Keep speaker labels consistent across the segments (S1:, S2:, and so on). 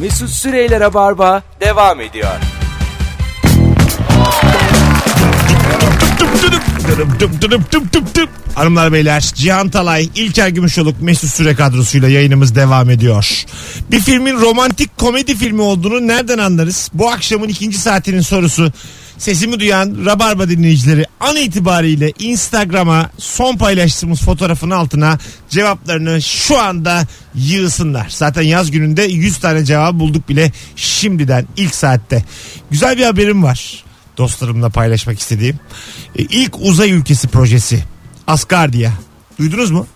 S1: Mesut Süreyler'e barba devam ediyor.
S2: Dıp dıdıp, dıdıp dıp dıdıp dıp dıp dıp. Hanımlar beyler Cihan Talay, İlker Gümüşoluk, Mesut Süre kadrosuyla yayınımız devam ediyor. Bir filmin romantik komedi filmi olduğunu nereden anlarız? Bu akşamın ikinci saatinin sorusu. Sesimi duyan Rabarba dinleyicileri an itibariyle Instagram'a son paylaştığımız fotoğrafın altına cevaplarını şu anda yığsınlar. Zaten yaz gününde 100 tane cevap bulduk bile şimdiden ilk saatte. Güzel bir haberim var dostlarımla paylaşmak istediğim. E, ilk uzay ülkesi projesi Asgardia. Duydunuz mu?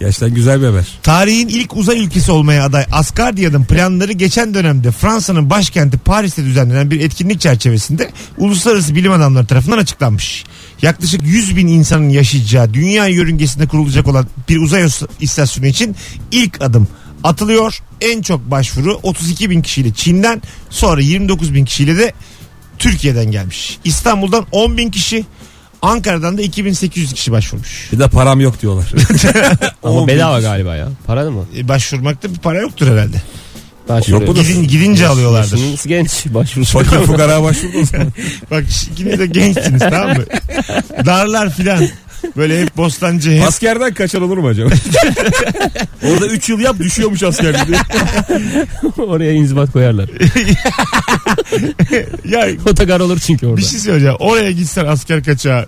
S3: Gerçekten güzel bir haber.
S2: Tarihin ilk uzay ülkesi olmaya aday Asgardia'nın planları geçen dönemde Fransa'nın başkenti Paris'te düzenlenen bir etkinlik çerçevesinde uluslararası bilim adamları tarafından açıklanmış. Yaklaşık 100 bin insanın yaşayacağı dünya yörüngesinde kurulacak olan bir uzay istasyonu için ilk adım atılıyor. En çok başvuru 32 bin kişiyle Çin'den sonra 29 bin kişiyle de Türkiye'den gelmiş. İstanbul'dan 10 bin kişi Ankara'dan da 2800 kişi başvurmuş.
S3: Bir de param yok diyorlar.
S4: Ama
S3: On bin
S4: bedava
S3: kişi.
S4: galiba ya. Para da mı?
S2: E, Başvurmakta bir para yoktur herhalde.
S4: Ben
S3: Yok bu da-
S2: Gidin, gidince alıyorlardır.
S4: Yaşınız genç başvurusu.
S3: Fakir fukara başvurdu o zaman.
S2: Bak ikiniz de gençsiniz tamam mı? Darlar filan. Böyle hep bostancı hep
S3: Askerden kaçan olur mu acaba? Orada 3 yıl yap düşüyormuş asker diye.
S4: Oraya inzibat koyarlar.
S2: ya
S4: Otogar olur çünkü orada.
S2: bir şey söyleyeceğim. Oraya gitsen asker kaçağı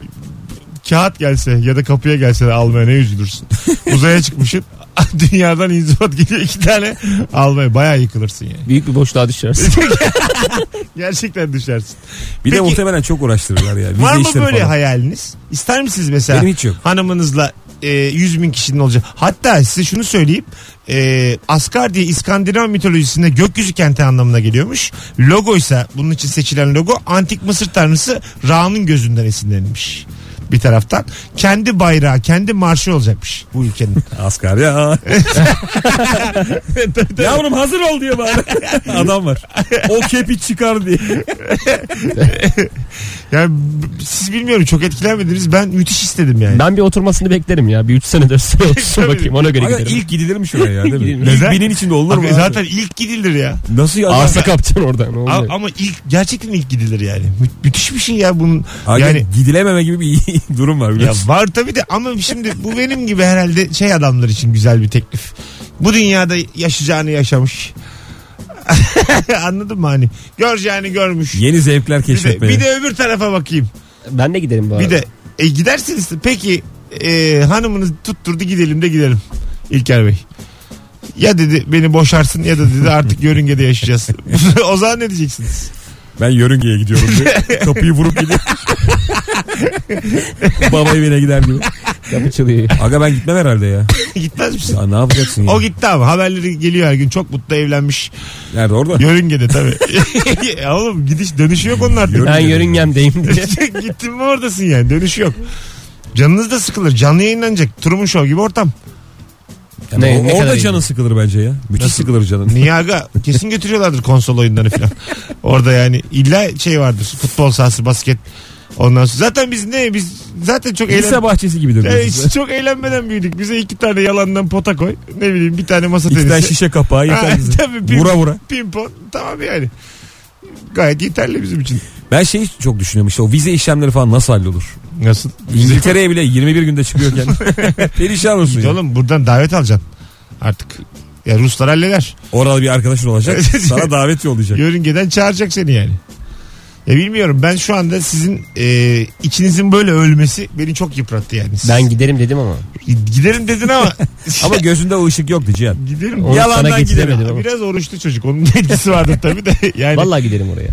S2: kağıt gelse ya da kapıya gelse de almaya ne üzülürsün. Uzaya çıkmışsın. Dünyadan inzibat geliyor iki tane almaya bayağı yıkılırsın yani.
S4: Büyük bir boşluğa düşersin.
S2: Gerçekten düşersin.
S3: Bir de
S2: Peki-
S3: muhtemelen çok uğraştırırlar ya. Vize
S2: Var mı
S3: işleri
S2: böyle
S3: falan.
S2: hayaliniz? İster misiniz mesela?
S3: Benim hiç yok.
S2: Hanımınızla e, 100 bin kişinin olacak. Hatta size şunu söyleyeyim. E, Asgard diye İskandinav mitolojisinde gökyüzü kenti anlamına geliyormuş. Logo ise bunun için seçilen logo antik Mısır tanrısı Ra'nın gözünden esinlenmiş bir taraftan. Kendi bayrağı, kendi marşı olacakmış bu ülkenin.
S3: Asker ya. Yavrum hazır ol diye bari. Adam var. O kepi çıkar diye.
S2: Yani b- siz bilmiyorum çok etkilenmediniz. Ben müthiş istedim yani.
S4: ben bir oturmasını beklerim ya. Bir 3 sene 4 sene otursun
S2: Tabii.
S4: bakayım. Ona göre
S3: Aga,
S4: giderim.
S3: ilk gidilir mi şuraya ya değil mi?
S4: Gidilir.
S3: İlk
S2: Neden?
S3: binin içinde olur mu?
S2: Abi
S3: abi?
S2: zaten ilk gidilir ya.
S3: Nasıl ya?
S4: Arsa kapacaksın oradan. Ne
S2: A-
S4: olacak?
S2: ama ilk gerçekten ilk gidilir yani. Mü- müthiş bir şey ya bunun.
S3: Aga,
S2: yani
S3: gidilememe gibi bir durum var
S2: Ya
S3: biliyorsun.
S2: var tabii de ama şimdi bu benim gibi herhalde şey adamlar için güzel bir teklif. Bu dünyada yaşayacağını yaşamış. Anladın mı hani? Göreceğini görmüş.
S3: Yeni zevkler
S2: Bir de,
S3: keşfetmeye.
S2: bir de öbür tarafa bakayım.
S4: Ben de giderim bu arada.
S2: Bir de e, gidersiniz. Peki e, hanımınız tutturdu gidelim de gidelim. İlker Bey. Ya dedi beni boşarsın ya da dedi artık yörüngede yaşayacağız. o zaman ne diyeceksiniz?
S3: Ben yörüngeye gidiyorum diye. Kapıyı vurup gidiyor. Baba evine gider gibi.
S4: Kapı çalıyor.
S3: Aga ben gitmem herhalde ya.
S2: Gitmez misin?
S3: Ya ne yapacaksın ya?
S2: O gitti ama haberleri geliyor her gün. Çok mutlu evlenmiş.
S3: Nerede orada?
S2: Yörüngede tabii. Ya Oğlum gidiş dönüşü yok onun artık.
S4: ben yörüngemdeyim diye.
S2: Gittin mi oradasın yani dönüşü yok. Canınız da sıkılır. Canlı yayınlanacak. Turum'un şov gibi ortam.
S3: Yani
S4: Ne-
S3: o-
S4: ne kadar
S3: orada
S4: iyi.
S3: canın sıkılır bence ya. Müthiş sıkılır canın.
S2: Niye aga? Kesin götürüyorlardır konsol oyunlarını falan. Orada yani illa şey vardır. Futbol sahası, basket. Ondan sonra zaten biz ne? Biz zaten çok
S3: Lise
S2: eğlen...
S3: bahçesi gibidir.
S2: Evet,
S3: diyorsun.
S2: hiç çok eğlenmeden büyüdük. Bize iki tane yalandan pota koy. Ne bileyim bir tane masa
S3: İki tane
S2: tenisi.
S3: şişe kapağı
S2: Ha,
S3: yeter bize.
S2: tabii, bir-
S3: Vura vura.
S2: Pimpon. Tamam yani. Gayet yeterli bizim için.
S3: Ben şeyi çok düşünüyorum işte o vize işlemleri falan nasıl hallolur?
S2: Nasıl?
S3: İngiltere'ye bile 21 günde çıkıyorken perişan olsun
S2: Git
S3: ya.
S2: oğlum buradan davet alacaksın artık. Ya Ruslar halleder.
S3: Oralı bir arkadaşın olacak sana davet yollayacak.
S2: Yörüngeden çağıracak seni yani. Ya bilmiyorum ben şu anda sizin e, içinizin böyle ölmesi beni çok yıprattı yani. Siz-
S4: Ben giderim dedim ama.
S2: giderim dedin ama
S3: Ama gözünde o ışık yoktu Cihan.
S2: giderim.
S4: Onu sana
S3: Yalandan giderim.
S4: getiremedim ama.
S2: Biraz oruçlu çocuk onun etkisi vardır tabii de yani.
S4: Vallahi giderim oraya.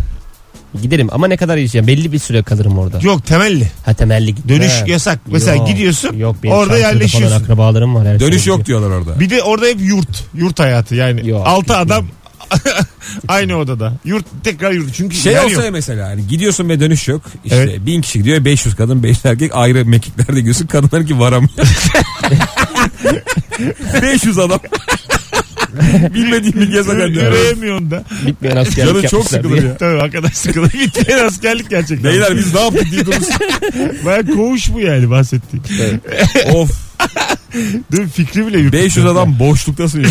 S4: Giderim ama ne kadar yaşayacağım. Belli bir süre kalırım orada.
S2: Yok temelli.
S4: Ha temelli git.
S2: Dönüş
S4: Ha.
S2: yasak. Mesela
S4: Yok,
S2: gidiyorsun
S4: yok, benim
S2: orada
S4: Çankırı'da
S2: yerleşiyorsun.
S4: Falan akrabalarım var. Her
S3: Dönüş
S4: şey
S3: yok diyorlar orada.
S2: Bir de orada hep yurt. Yurt hayatı yani.
S4: Yok,
S2: Altı
S4: gitmiyorum.
S2: adam aynı odada. Yurt tekrar yurt. Çünkü
S3: Şey
S2: yer
S3: olsa
S2: yok.
S3: mesela hani gidiyorsun ve dönüş yok. İşte
S2: Evet.
S3: bin kişi gidiyor 500 kadın 5 erkek ayrı mekiklerde gidiyorsun. Kadınlar ki varamıyor. 500 adam. Bilmediğim bir gezegen diyor.
S2: Yürüyemiyorsun da.
S4: Bitmeyen askerlik
S3: Canı çok
S4: yapmışlar
S3: sıkılır
S4: diye.
S3: ya.
S2: Tabii arkadaş sıkılır. Bitmeyen askerlik gerçekten.
S3: Beyler biz ne yaptık diye durursun.
S2: Baya koğuş bu yani bahsettiğin.
S3: of.
S2: Değil mi? Fikri bile yurt
S3: 500 adam boşluktasın ya.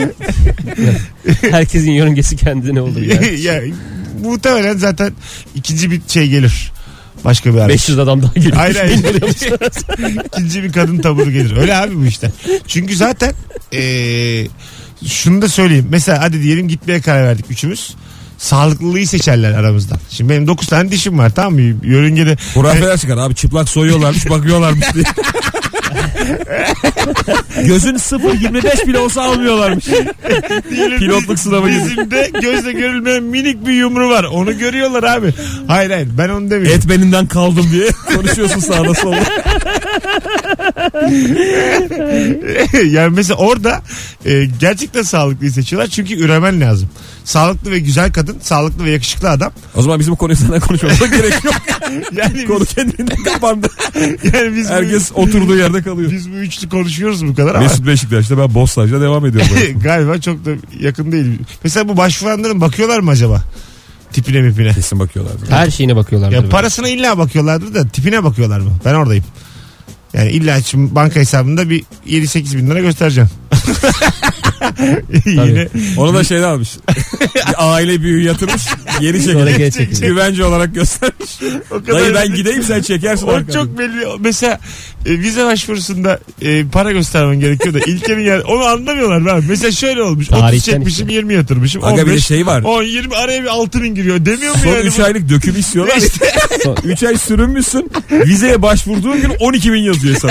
S4: Herkesin yörüngesi kendine olur ya.
S2: ya, muhtemelen zaten ikinci bir şey gelir. Başka bir araç.
S4: 500 adam daha geliyor.
S2: Hayır hayır. İkinci bir kadın taburu gelir. Öyle abi bu işte. Çünkü zaten eee, şunu da söyleyeyim. Mesela hadi diyelim gitmeye karar verdik üçümüz. Sağlıklılığı seçerler aramızdan. Şimdi benim 9 tane dişim var tamam mı? Yörüngede
S3: Hurafeler çıkar abi çıplak soyuyorlarmış bakıyorlarmış diye. Gözün 0.25 bile olsa almıyorlarmış. Pilotluk sınavı gibi.
S2: Dizimde gözle görülmeyen minik bir yumru var. Onu görüyorlar abi. Hayır hayır ben onu demiyorum.
S3: Et beninden kaldım diye konuşuyorsun sağda solda.
S2: yani mesela orada e, gerçekten sağlıklıyı seçiyorlar çünkü üremen lazım. Sağlıklı ve güzel kadın, sağlıklı ve yakışıklı adam.
S3: O zaman bizim bu konuyu senden konuşmamıza gerek yok.
S2: Yani
S3: Konu kendinden kapandı.
S2: biz, yani biz,
S3: Herkes
S2: bu,
S3: oturduğu yerde kalıyor.
S2: biz bu üçlü konuşuyoruz bu kadar ama
S3: Mesut Beşiktaş'ta ben Bostancı'da devam ediyorum.
S2: galiba çok da yakın değil. Mesela bu başvuranların bakıyorlar mı acaba? Tipine mipine.
S3: Kesin bakıyorlar.
S4: Her şeyine bakıyorlar.
S2: Ya parasına illa bakıyorlardır da tipine bakıyorlar mı? Ben oradayım. Yani illa şimdi banka hesabında bir 7-8 bin lira göstereceğim. Yine
S3: Onu da şeyden almış. Bir aile büyüğü yatırmış. Yeni
S4: Sonra
S3: şekilde
S4: geri çekiliyor.
S3: güvence olarak göstermiş.
S2: o kadar
S3: Dayı ben gideyim sen çekersin.
S2: O
S3: arkadan.
S2: çok belli. Mesela e, vize başvurusunda e, para göstermen gerekiyor da İlker'in yani onu anlamıyorlar ben. Mesela şöyle olmuş. 30
S4: Tarihten
S2: çekmişim 20 yatırmışım.
S3: Aga bir de
S2: 15,
S3: şey var.
S2: 10 20 araya bir 6 bin giriyor demiyor mu
S3: Son
S2: yani?
S3: 3
S2: bu?
S3: aylık döküm istiyorlar.
S2: İşte,
S3: 3 ay sürünmüşsün. Vizeye başvurduğun gün 12 bin yazıyor hesap.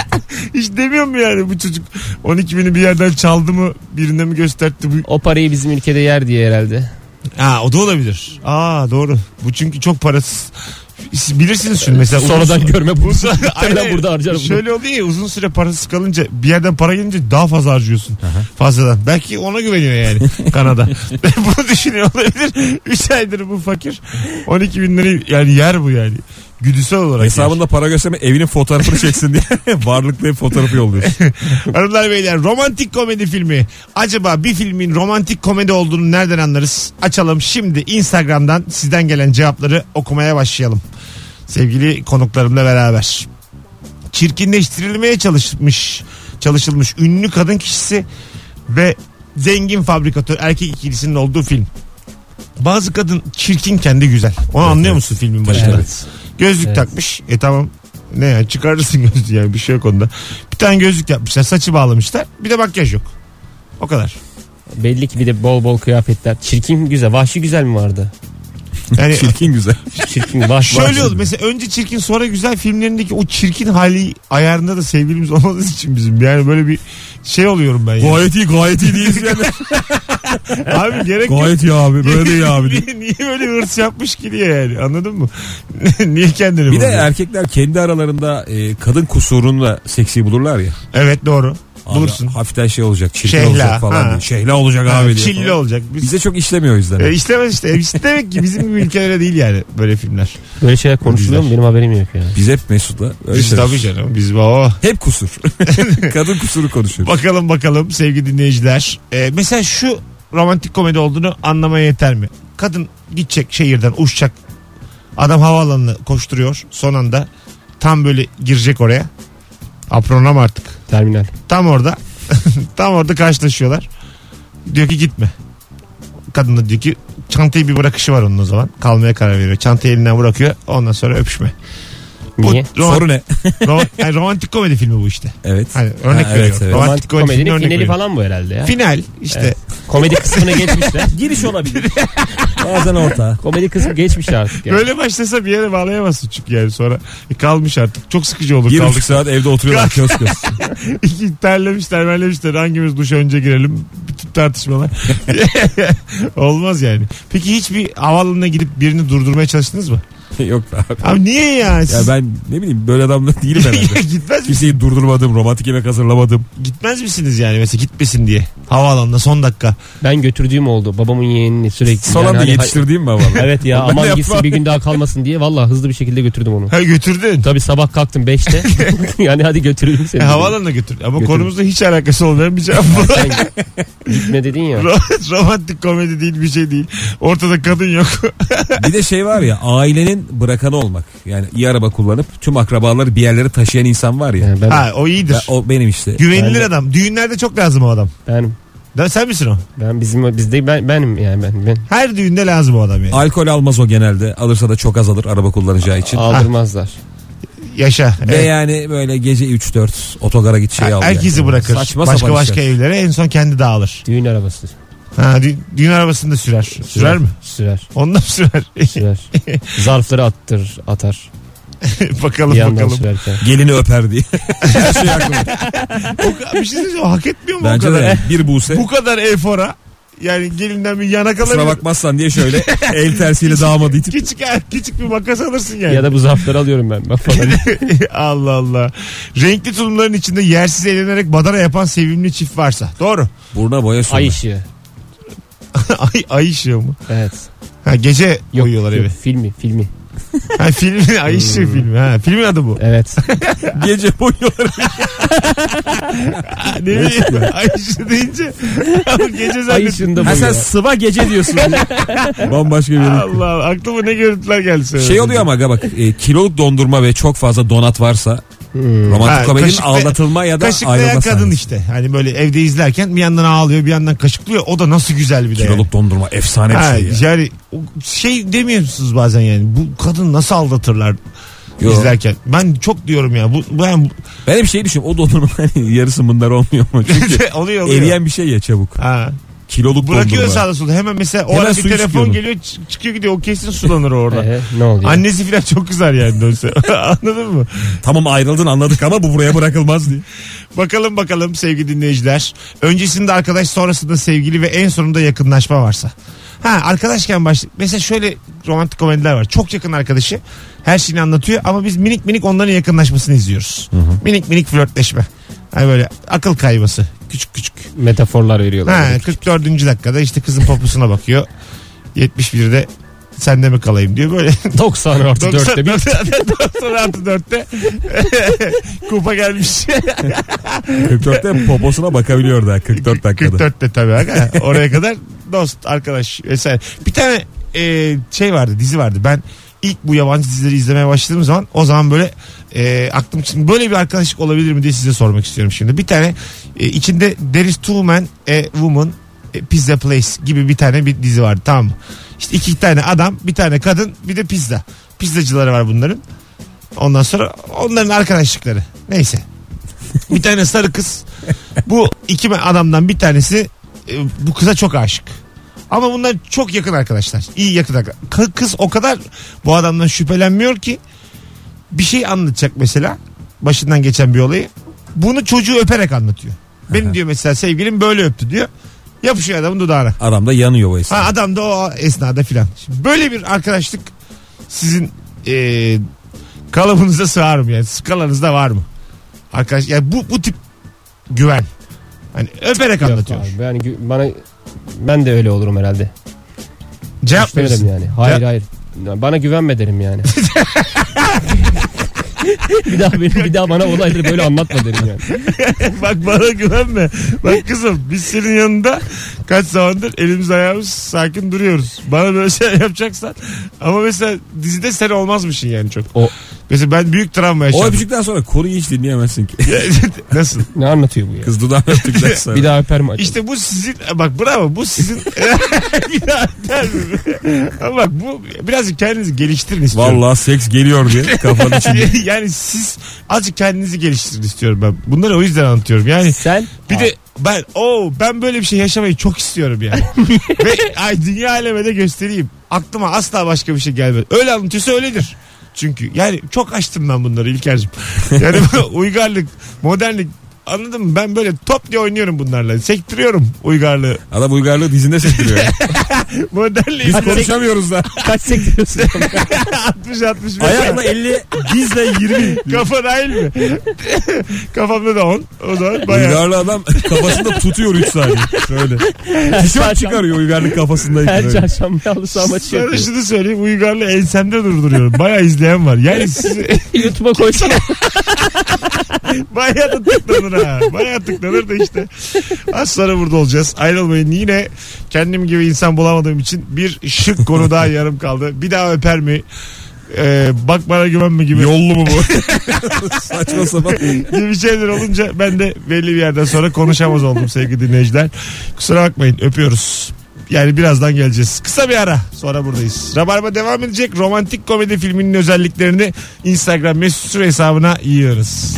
S2: hiç demiyor mu yani bu çocuk 12 bini bir yerden çaldı mı birine mi gösterdi bu?
S4: O parayı bizim ülkede yer diye herhalde.
S2: Ha o da olabilir. Aa doğru. Bu çünkü çok parasız. Siz Bilirsiniz şunu mesela.
S4: Sonradan görme bu.
S2: Uzun- Aynen.
S4: burada harcar bunu.
S2: Şöyle oluyor ya uzun süre parasız kalınca bir yerden para gelince daha fazla harcıyorsun. Fazladan. Belki ona güveniyor yani Kanada. Bunu düşünüyor olabilir. 3 aydır bu fakir. 12 bin lirayı yani yer bu yani. Güdüsel olarak.
S3: Hesabında para gösterme evinin fotoğrafını çeksin diye varlıklı ev fotoğrafı yolluyorsun.
S2: yer. Hanımlar beyler romantik komedi filmi. Acaba bir filmin romantik komedi olduğunu nereden anlarız? Açalım şimdi Instagram'dan sizden gelen cevapları okumaya başlayalım. Sevgili konuklarımla beraber. çirkinleştirilmeye çalışmış çalışılmış ünlü kadın kişisi ve zengin fabrikatör erkek ikilisinin olduğu film. Bazı kadın çirkin kendi güzel. Onu anlıyor musun filmin başında? Gözlük
S4: Evet.
S2: takmış. E tamam. Ne ya çıkarırsın gözlüğü yani bir şey yok onda. Bir tane gözlük yapmışlar saçı bağlamışlar bir de makyaj yok. O kadar.
S4: Belli ki bir de bol bol kıyafetler. Çirkin mi güzel. Vahşi güzel mi vardı?
S2: Yani
S3: Çirkin güzel.
S4: Çirkin vahşi.
S2: Şöyle oldu mesela önce çirkin sonra güzel filmlerindeki o çirkin hali ayarında da sevgilimiz olmadığı için bizim yani böyle bir şey oluyorum ben yani.
S3: Gayet iyi gayet iyi değil. Yani.
S2: Abi gerek yok.
S3: Gayet iyi abi böyle değil abi. diye.
S2: niye, niye böyle hırs yapmış ki diye yani anladın mı? niye kendini
S3: Bir de
S2: bozuyor?
S3: erkekler kendi aralarında e, kadın kusurunu da seksi bulurlar ya.
S2: Evet doğru.
S3: Abi,
S2: Bulursun.
S3: Hafiften şey olacak çirkin
S2: Şehla,
S3: olacak falan
S2: ha.
S3: diye. Şehla olacak
S2: Ha,
S3: abi diye.
S2: Çilli
S3: falan.
S2: olacak. Biz,
S3: Bize çok işlemiyor o yüzden.
S2: E, işlemez işte. İşte demek ki bizim gibi ülkelere değil yani böyle filmler.
S4: Böyle şeyler konuşuluyor mu? Benim haberim yok ya.
S3: Biz hep Mesut'la öyle
S2: Biz
S3: şeyler-
S2: tabii canım. Biz o.
S3: Hep kusur. Kadın kusuru konuşuyoruz.
S2: Bakalım bakalım sevgili dinleyiciler. E, mesela şu romantik komedi olduğunu anlamaya yeter mi? Kadın gidecek şehirden uçacak. Adam havaalanına koşturuyor son anda. Tam böyle girecek oraya. Aprona mı artık?
S4: Terminal.
S2: Tam orada. tam orada karşılaşıyorlar. Diyor ki gitme. Kadın da diyor ki çantayı bir bırakışı var onun o zaman. Kalmaya karar veriyor. Çantayı elinden bırakıyor. Ondan sonra öpüşme. Bu
S4: Niye?
S2: roman-
S3: Soru ne?
S2: roman- yani romantik komedi filmi bu işte.
S3: Evet.
S2: Hani örnek
S3: Ha, evet,
S2: veriyorum.
S3: evet.
S2: Romantik,
S4: Romantik
S2: komedi filmi
S4: komedinin
S2: örnek
S4: finali
S2: veriyorum.
S4: falan bu herhalde ya.
S2: Final işte.
S4: Evet. Komedi kısmını geçmişler. Giriş olabilir.
S3: Bazen orta.
S4: Komedi kısmı geçmiş artık ya.
S2: Böyle başlasa bir yere bağlayamazsın çünkü yani sonra. E, kalmış artık. Çok sıkıcı olur.
S3: Bir
S2: Kaldık.
S3: buçuk saat evde oturuyorlar köz köz.
S2: İki terlemişler terlemişler hangimiz duşa önce girelim bütün tartışmalar. Olmaz yani. Peki hiç bir havaalanına gidip birini durdurmaya çalıştınız mı?
S3: Yok be abi.
S2: Abi niye ya?
S3: Ya
S2: Siz...
S3: ben ne bileyim böyle adam da değilim
S2: Ya
S3: herhalde.
S2: gitmez mi-
S3: Kimseyi durdurmadım, romantik yemek hazırlamadım.
S2: gitmez misiniz yani mesela gitmesin diye havaalanına son dakika.
S4: Ben götürdüğüm oldu. Babamın yeğenini sürekli.
S3: Son
S4: Yani
S3: anda
S4: hani-
S3: yetiştirdiğim mi valla?
S4: Evet ya
S3: Ben de
S4: aman
S3: yapmam.
S4: gitsin bir gün daha kalmasın diye valla hızlı bir şekilde götürdüm onu.
S2: Ha götürdün.
S4: Tabi sabah kalktım 5'te. yani hadi götüreyim seni.
S2: E, havaalanına götürdün ama
S4: Götürdüm.
S2: konumuzla hiç alakası olmayan bir cevap bu.
S4: Sen gitme dedin ya.
S2: Ro- Romantik komedi değil bir şey değil. Ortada kadın yok.
S3: Bir de şey var ya ailenin bırakanı olmak. Yani iyi araba kullanıp tüm akrabaları bir yerlere taşıyan insan var ya.
S4: Yani ben,
S2: Ha o iyidir.
S3: Ben- o benim işte.
S2: Güvenilir adam. Düğünlerde çok lazım o adam.
S4: ben,
S2: Da sen misin o?
S4: ben bizim bizde ben benim yani ben ben
S2: Her düğünde lazım o adam yani.
S3: Alkol almaz o genelde. Alırsa da çok az alır araba kullanacağı için.
S4: aldırmazlar.
S2: Yaşa.
S3: Ve
S2: Evet.
S3: yani böyle gece 3-4 otogara git şey al.
S2: Herkesi
S3: yani.
S2: bırakır.
S3: Saçma
S2: başka
S3: sapan
S2: başka
S3: işler.
S2: evlere en son kendi dağılır.
S4: Düğün arabası
S2: Ha, dü- düğün arabasını da sürer. Sürer, mi?
S4: Sürer.
S2: Ondan sürer.
S4: Sürer. Zarfları attır, atar.
S2: bakalım
S4: Bir yandan
S2: bakalım.
S4: sürerken.
S3: Gelini öper diye. Her şey aklımda.
S2: O, ka- bir şey söyleyeceğim. Hak etmiyor mu o
S3: Bence
S2: kadar?
S3: de bir buse.
S2: Bu kadar efora. Yani gelinden bir yana
S3: Kusura
S2: kalabilir.
S3: bakmazsan diye şöyle el tersiyle damadı itip.
S2: Küçük, küçük bir makas alırsın yani.
S4: Ya da bu zarfları alıyorum ben. Bak falan.
S2: Hani Allah Allah. Renkli tulumların içinde yersiz eğlenerek badana yapan sevimli çift varsa. Doğru.
S3: Buruna boya sürme.
S4: Ay ışığı.
S2: ay, ay ışığı mı?
S4: Evet.
S2: Ha, gece
S4: Yok,
S2: uyuyorlar
S4: yok,
S2: evi.
S4: Filmi, filmi.
S2: Ha, filmin ay ışığı filmi. Ha, filmin adı bu.
S4: Evet.
S3: Gece boyuyorlar.
S2: Ha, ne bileyim. ay ışığı deyince. gece
S4: Ay
S2: zannettim.
S4: ışığında boyuyor.
S3: sıva gece diyorsun. Bambaşka bir yere.
S2: Allah Allah. Aklıma ne görüntüler geldi. sonra.
S3: Şey oluyor ama aga bak e, kiloluk dondurma ve çok fazla donat varsa
S4: Hmm.
S2: Ha,
S3: romantik komedinin
S2: kaşıkla-
S3: aldatılma ya da
S2: Kaşıklayan
S3: ayrılma
S2: kadın
S3: kadın
S2: işte. Hani böyle evde izlerken bir yandan ağlıyor bir yandan kaşıklıyor. O da nasıl güzel bir de. yani.
S3: Kiloluk dondurma efsane bir
S2: Ha,
S3: şey ya.
S2: yani o- şey demiyor musunuz bazen yani bu kadın nasıl aldatırlar
S3: Yo.
S2: izlerken. Ben çok diyorum ya bu ben
S3: Ben hep şey düşünüyorum o dondurma hani yarısı mındar olmuyor mu? Çünkü
S2: oluyor oluyor.
S3: eriyen bir şey ya çabuk.
S2: Ha.
S3: Kiloluk
S2: Bırakıyor
S3: dondurma.
S2: sağda solda hemen mesela o
S3: Hemen
S2: ara bir
S3: suyu
S2: telefon
S3: sıkıyorsun.
S2: geliyor çı- çıkıyor gidiyor o kesin sulanır orada.
S4: Ee, ne oluyor?
S2: Annesi filan çok kızar yani dönse. Anladın mı?
S3: Tamam ayrıldın anladık ama bu buraya bırakılmaz diye.
S2: Bakalım bakalım sevgili dinleyiciler. Öncesinde arkadaş sonrasında sevgili ve en sonunda yakınlaşma varsa. Ha arkadaşken baş mesela şöyle romantik komediler var. Çok yakın arkadaşı her şeyini anlatıyor ama biz minik minik onların yakınlaşmasını izliyoruz. Minik minik flörtleşme. Hani böyle akıl kayması. Küçük küçük.
S4: Metaforlar veriyorlar.
S2: Ha 44. dakikada işte kızın poposuna bakıyor. 71'de sende mi kalayım diyor böyle.
S4: 90 artı 4'te bir.
S2: 96 4'te kupa gelmiş.
S3: 44'te poposuna bakabiliyor da 44 dakikada.
S2: 44'te tabii. aga. Oraya kadar dost, arkadaş vesaire. Bir tane e, şey vardı, dizi vardı. Ben ilk bu yabancı dizileri izlemeye başladığım zaman o zaman böyle e, aklım için böyle bir arkadaşlık olabilir mi diye size sormak istiyorum şimdi. Bir tane e, içinde There is two men, a woman, a pizza place gibi bir tane bir dizi vardı tamam mı? İşte iki tane adam, bir tane kadın, bir de pizza. Pizzacıları var bunların. Ondan sonra onların arkadaşlıkları. Neyse. Bir tane sarı kız. Bu iki adamdan bir tanesi e, bu kıza çok aşık. Ama bunlar çok yakın arkadaşlar. İyi yakın arkadaşlar. Kız o kadar bu adamdan şüphelenmiyor ki bir şey anlatacak mesela başından geçen bir olayı. Bunu çocuğu öperek anlatıyor. Benim diyor mesela sevgilim böyle öptü diyor. Yapışıyor adamın dudağına.
S3: Adam da yanıyor o
S2: Ha
S3: esnada.
S2: adam da o esnada filan. Şimdi böyle bir arkadaşlık sizin e, kalıbınıza sığar mı yani? Skalanızda var mı? Arkadaş yani bu bu tip güven. Hani öperek anlatıyor.
S4: Yok abi, şey Yani gü- bana ben de öyle olurum herhalde.
S2: Cevap
S4: Şüphelerim
S2: verirsin.
S4: yani. Hayır
S2: Ya-
S4: hayır. Ya Bana güvenme derim yani. bir daha benim bir daha bana olayları böyle anlatma derim yani.
S2: Bak bana güvenme. Bak kızım biz senin yanında kaç zamandır elimiz ayağımız sakin duruyoruz. Bana böyle şey yapacaksan ama mesela dizide sen olmazmışsın yani çok.
S4: O-
S2: Mesela ben büyük travma
S3: O
S2: yaşadım.
S3: öpücükten sonra koruyu hiç dinleyemezsin ki.
S2: Nasıl?
S4: Ne anlatıyor bu ya?
S3: Kız dudağını öptükten sonra.
S4: Bir daha öper mi? acaba?
S2: İşte bu sizin bak bravo bu sizin Ya, Ama bak bu birazcık kendinizi geliştirin istiyorum.
S3: Vallahi seks geliyor diye kafanın içinde.
S2: Yani, yani siz azıcık kendinizi geliştirin istiyorum ben. Bunları o yüzden anlatıyorum. Yani
S4: Hani Sen
S2: bir de ben o ben böyle bir şey yaşamayı çok istiyorum yani. Ve ay dünya aleme de göstereyim. Aklıma asla başka bir şey gelmez. Öyle anlatıyorsa öyledir. Çünkü yani çok açtım ben bunları İlker'cim. Yani bu uygarlık, modernlik anladın mı? Ben böyle top diye oynuyorum bunlarla. Sektiriyorum uygarlığı.
S3: Adam uygarlığı dizinde sektiriyor.
S2: Modernliği
S3: Biz konuşamıyoruz da.
S4: kaç sektiriyorsun?
S2: 60 65.
S3: Ayakla 50, dizle 20.
S2: Kafa dahil mi? Kafamda da 10. O zaman bayağı.
S3: Uygarlı adam kafasında tutuyor 3 saniye. Şöyle. Tişört çıkarıyor uygarlık kafasındayken.
S4: Her
S3: öyle.
S4: çarşamba halı saha maçı
S2: Sana
S4: yapıyor.
S2: şunu söyleyeyim uygarlı ensemde durduruyorum. Bayağı izleyen var. Yani siz
S4: YouTube'a koysana.
S2: bayağı da tıklanır ha. Bayağı tıklanır da işte. Az sonra burada olacağız. Ayrılmayın. Yine kendim gibi insan bulamadığım için bir şık konu daha yarım kaldı. Bir daha öper mi? e, bak bana güvenme gibi.
S3: Yollu mu bu? Saçma sapan.
S2: gibi şeyler olunca ben de belli bir yerden sonra konuşamaz oldum sevgili dinleyiciler. Kusura bakmayın öpüyoruz. Yani birazdan geleceğiz. Kısa bir ara sonra buradayız. Rabarba devam edecek. Romantik komedi filminin özelliklerini Instagram mesut süre hesabına yiyoruz.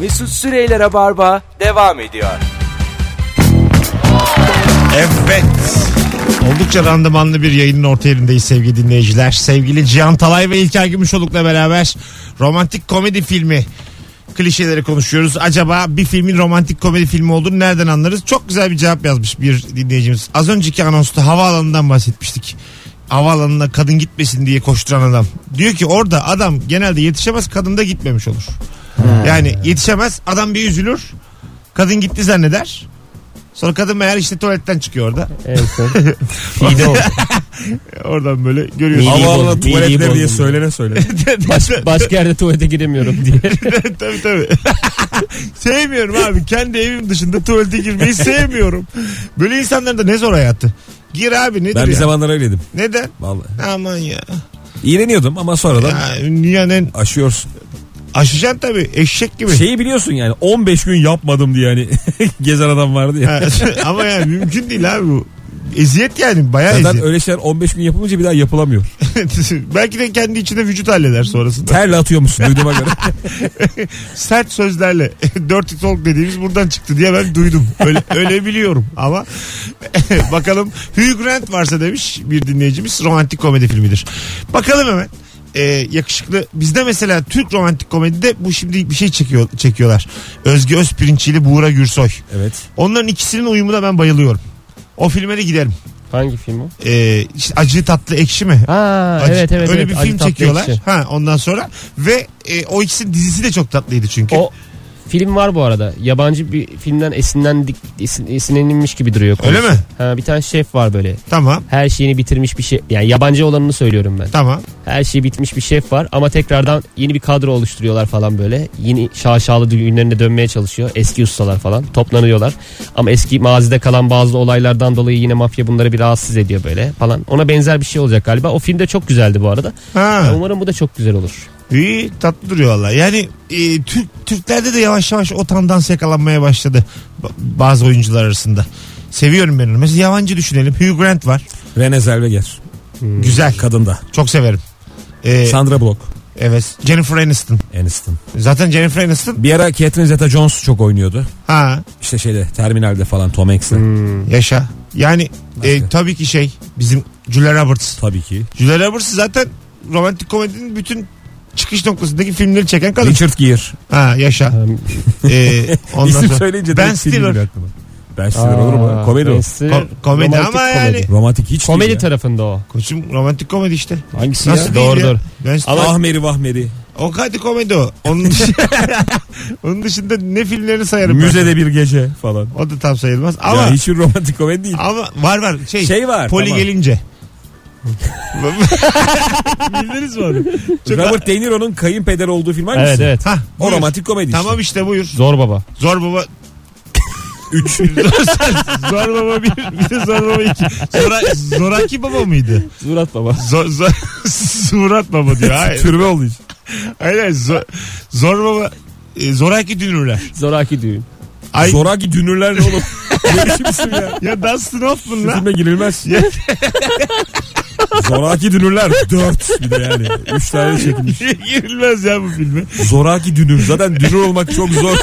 S1: Mesut Süreyler'e barba devam ediyor.
S2: Evet. Oldukça randımanlı bir yayının orta yerindeyiz sevgili dinleyiciler. Sevgili Cihan Talay ve İlker Gümüşoluk'la beraber romantik komedi filmi klişeleri konuşuyoruz. Acaba bir filmin romantik komedi filmi olduğunu nereden anlarız? Çok güzel bir cevap yazmış bir dinleyicimiz. Az önceki anonsta havaalanından bahsetmiştik. Havaalanına kadın gitmesin diye koşturan adam. Diyor ki orada adam genelde yetişemez kadın da gitmemiş olur. Yani yetişemez adam bir üzülür. Kadın gitti zanneder. Sonra kadın meğer işte tuvaletten çıkıyor orada.
S4: Evet. Fide oldu.
S2: Oradan böyle görüyorsun.
S4: İyi
S3: Havaalanı
S4: buldum, iyi
S3: tuvalet ne
S4: buldum.
S3: diye söylene söyle.
S4: Baş, başka yerde tuvalete giremiyorum diye.
S2: tabii tabii. sevmiyorum abi. Kendi evim dışında tuvalete girmeyi sevmiyorum. Böyle insanların da ne zor hayatı. Gir abi nedir
S3: ben bir
S2: ya?
S3: zamanlar öyleydim.
S2: Neden?
S3: Vallahi.
S2: Aman ya.
S3: İğreniyordum ama sonradan
S2: ya dünyanın
S3: aşıyorsun.
S2: aşacaksın tabii. Eşek gibi.
S3: Şeyi biliyorsun yani 15 gün yapmadım diye hani gezen adam vardı ya.
S2: Ha, Ama yani mümkün değil abi bu. Eziyet yani bayağı
S3: Zaten
S2: eziyet.
S3: öyle şeyler 15 gün yapılınca bir daha yapılamıyor.
S2: Belki de kendi içinde vücut halleder sonrasında.
S3: Terle atıyormuşsun duyduğuma göre.
S2: Sert sözlerle dirty talk dediğimiz buradan çıktı diye ben duydum. Öyle, öyle biliyorum ama bakalım Hugh Grant varsa demiş bir dinleyicimiz romantik komedi filmidir. Bakalım hemen. Ee, yakışıklı bizde mesela Türk romantik komedide bu şimdi bir şey çekiyor çekiyorlar. Özge Özpirinçli ile Buğra Gürsoy.
S3: evet.
S2: Onların ikisinin uyumuna ben bayılıyorum. O filme de giderim.
S4: Hangi film o?
S2: Ee, işte acı tatlı ekşi mi?
S4: Aa
S2: Acı-
S4: evet evet.
S2: Öyle
S4: evet.
S2: bir
S4: Ali
S2: film
S4: Tatlı
S2: çekiyorlar.
S4: Ekşi.
S2: Ha ondan sonra ve e, o ikisinin dizisi de çok tatlıydı çünkü.
S4: O film var bu arada. Yabancı bir filmden esinlendik, esin, esinlenilmiş gibi duruyor. konusu.
S2: Öyle mi?
S4: Ha, bir tane şef var böyle.
S2: Tamam.
S4: Her şeyini bitirmiş bir şey. Yani yabancı olanını söylüyorum ben.
S2: Tamam.
S4: Her şeyi bitmiş bir şef var ama tekrardan yeni bir kadro oluşturuyorlar falan böyle. Yeni şaşalı düğünlerine dönmeye çalışıyor. Eski ustalar falan toplanıyorlar. Ama eski mazide kalan bazı olaylardan dolayı yine mafya bunları bir rahatsız ediyor böyle falan. Ona benzer bir şey olacak galiba. O film de çok güzeldi bu arada.
S2: Ha.
S4: Umarım bu da çok güzel olur.
S2: İyi tatlı duruyor valla. Yani e, Türk Türklerde de yavaş yavaş o tandans yakalanmaya başladı ba- bazı oyuncular arasında. Seviyorum ben onu. Mesela yabancı düşünelim. Hugh Grant var.
S3: Rene Zellweger. Hmm.
S2: Güzel.
S3: Kadında.
S2: Çok severim. Ee,
S3: Sandra Bullock.
S2: evet. Jennifer Aniston.
S3: Aniston.
S2: Zaten Jennifer Aniston.
S3: Bir ara Catherine Zeta-Jones çok oynuyordu.
S2: Ha
S3: İşte şeyde Terminal'de falan Tom Hanks'le.
S2: Hmm.
S4: Hmm.
S2: yaşa. Yani e,
S3: Başka?
S2: tabii ki şey bizim Julia Roberts.
S3: Tabii ki.
S2: Julia Roberts zaten romantik komedinin bütün çıkış noktasındaki filmleri çeken kadın.
S3: Richard Gere.
S2: Ha yaşa.
S4: Um,
S2: Ee, ondan
S3: İsim
S2: sonra-
S3: söyleyince
S2: Ben
S3: direkt film
S2: Stiller.
S3: geliyor aklıma. Ben Stiller olur mu?
S4: aa,
S3: Komedi o.
S4: Ben Stiller,
S2: Ko- komedi
S4: romantik
S2: ama yani-
S3: Romantik hiç
S4: Komedi
S3: değil ya.
S4: tarafında o.
S2: Koçum romantik komedi işte.
S4: Hangisi
S2: Nasıl değil
S4: Doğru
S2: ya?
S4: doğru.
S2: Ben Stiller-
S3: Ama Ahmeri Vahmeri.
S2: O hadi komedi o. Onun dışında, onun dışında ne filmlerini sayarım ben.
S3: Müzede bir gece falan.
S2: O da tam sayılmaz. Ama
S3: Ama ya hiçbir romantik komedi değil.
S2: ama var var şey,
S3: Şey var,
S2: poli
S3: tamam.
S2: gelince. Bildiniz mi onu? Çok-
S3: Robert De Niro'nun kayınpeder olduğu film hangisi?
S4: Evet evet.
S2: Hah,
S3: O
S2: buyur.
S3: romantik komedi
S2: Tamam
S3: işte.
S2: işte buyur.
S4: Zor baba.
S2: Zor baba 3. zor baba 1, bir de zor baba 2. Zora, zoraki baba mıydı?
S4: Zurat baba.
S2: Zor, zor, Surat baba diyor. Hayır.
S3: Türbe olduğu için.
S2: Aynen. Zor, zor baba e, Zoraki dünürler.
S4: Zoraki düğün.
S2: Ay,
S3: Zoraki dünürler ne oğlum? ne biçimsin ya?
S2: Ya Dustin Hoffman
S3: Şu
S2: lan.
S3: filme girilmez. Zoraki dünürler 4 bir de yani. 3 tane çekilmiş.
S2: Girilmez ya bu filme.
S3: Zoraki dünür. Zaten dünür olmak çok zor.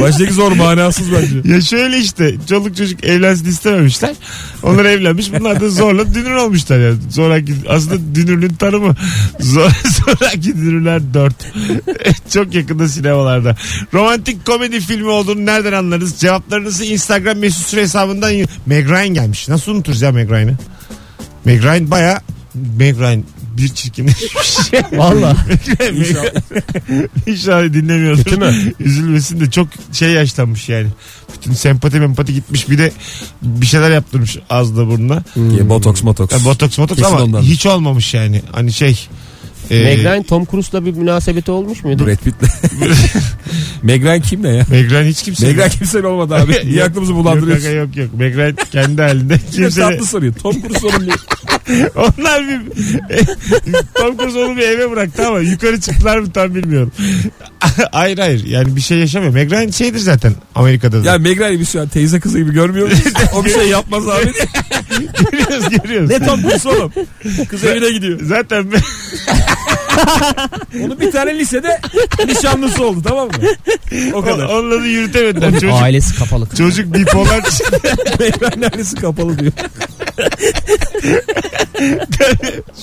S3: Baştaki zor manasız bence.
S2: Ya şöyle işte çoluk çocuk evlensin istememişler. Onlar evlenmiş. Bunlar da zorla dünür olmuşlar yani. Zoraki aslında dünürlüğün tanımı. Zor, zoraki dünürler 4. Çok yakında sinemalarda. Romantik komedi filmi olduğunu nereden anlarız? Cevaplarınızı Instagram mesut süre hesabından y- Meg Ryan gelmiş. Nasıl unuturuz ya Meg Ryan'ı? Meg Ryan baya Meg Ryan bir çirkinleşmiş.
S4: Valla.
S3: İnşallah.
S2: İnşallah dinlemiyordur.
S4: Kötü mü?
S2: hani Üzülmesin de çok şey yaşlanmış yani. Bütün sempati empati gitmiş bir de bir şeyler yaptırmış ağzına burnuna.
S3: Ya, botoks motoks.
S2: Yani botoks motoks
S3: Kesin
S2: ama
S3: ondan.
S2: hiç olmamış yani. Hani şey Ee,
S4: Meg Ryan Tom Cruise'la bir münasebeti olmuş muydu?
S3: Brad Pitt'le. Meg Ryan kimle ya?
S2: Meg Ryan hiç kimse.
S3: Meg Ryan kimseyle olmadı abi. İyi aklımızı
S2: bulandırıyorsun.
S3: bulandırıyorsun.
S2: Yok yok yok. Meg Ryan kendi halinde
S3: Kimse
S2: kimse.
S3: tatlı soruyor. Tom Cruise onun bir-
S2: Onlar bir Tom Cruise onu bir eve bıraktı ama yukarı çıktılar mı tam bilmiyorum. hayır hayır yani bir şey yaşamıyor. Meg Ryan şeydir zaten Amerika'da da.
S3: Ya Meg Ryan'ı biz şu an teyze kızı gibi görmüyor muyuz? o bir şey yapmaz abi.
S2: görüyoruz görüyoruz.
S3: ne Tom Cruise oğlum? Kız evine gidiyor.
S2: Zaten
S3: Onun bir tane lisede nişanlısı oldu tamam mı? O kadar.
S2: onları yürütemediler. Çocuk,
S4: Ailesi kapalı.
S2: çocuk bipolar
S3: Meg Ryan ailesi kapalı diyor.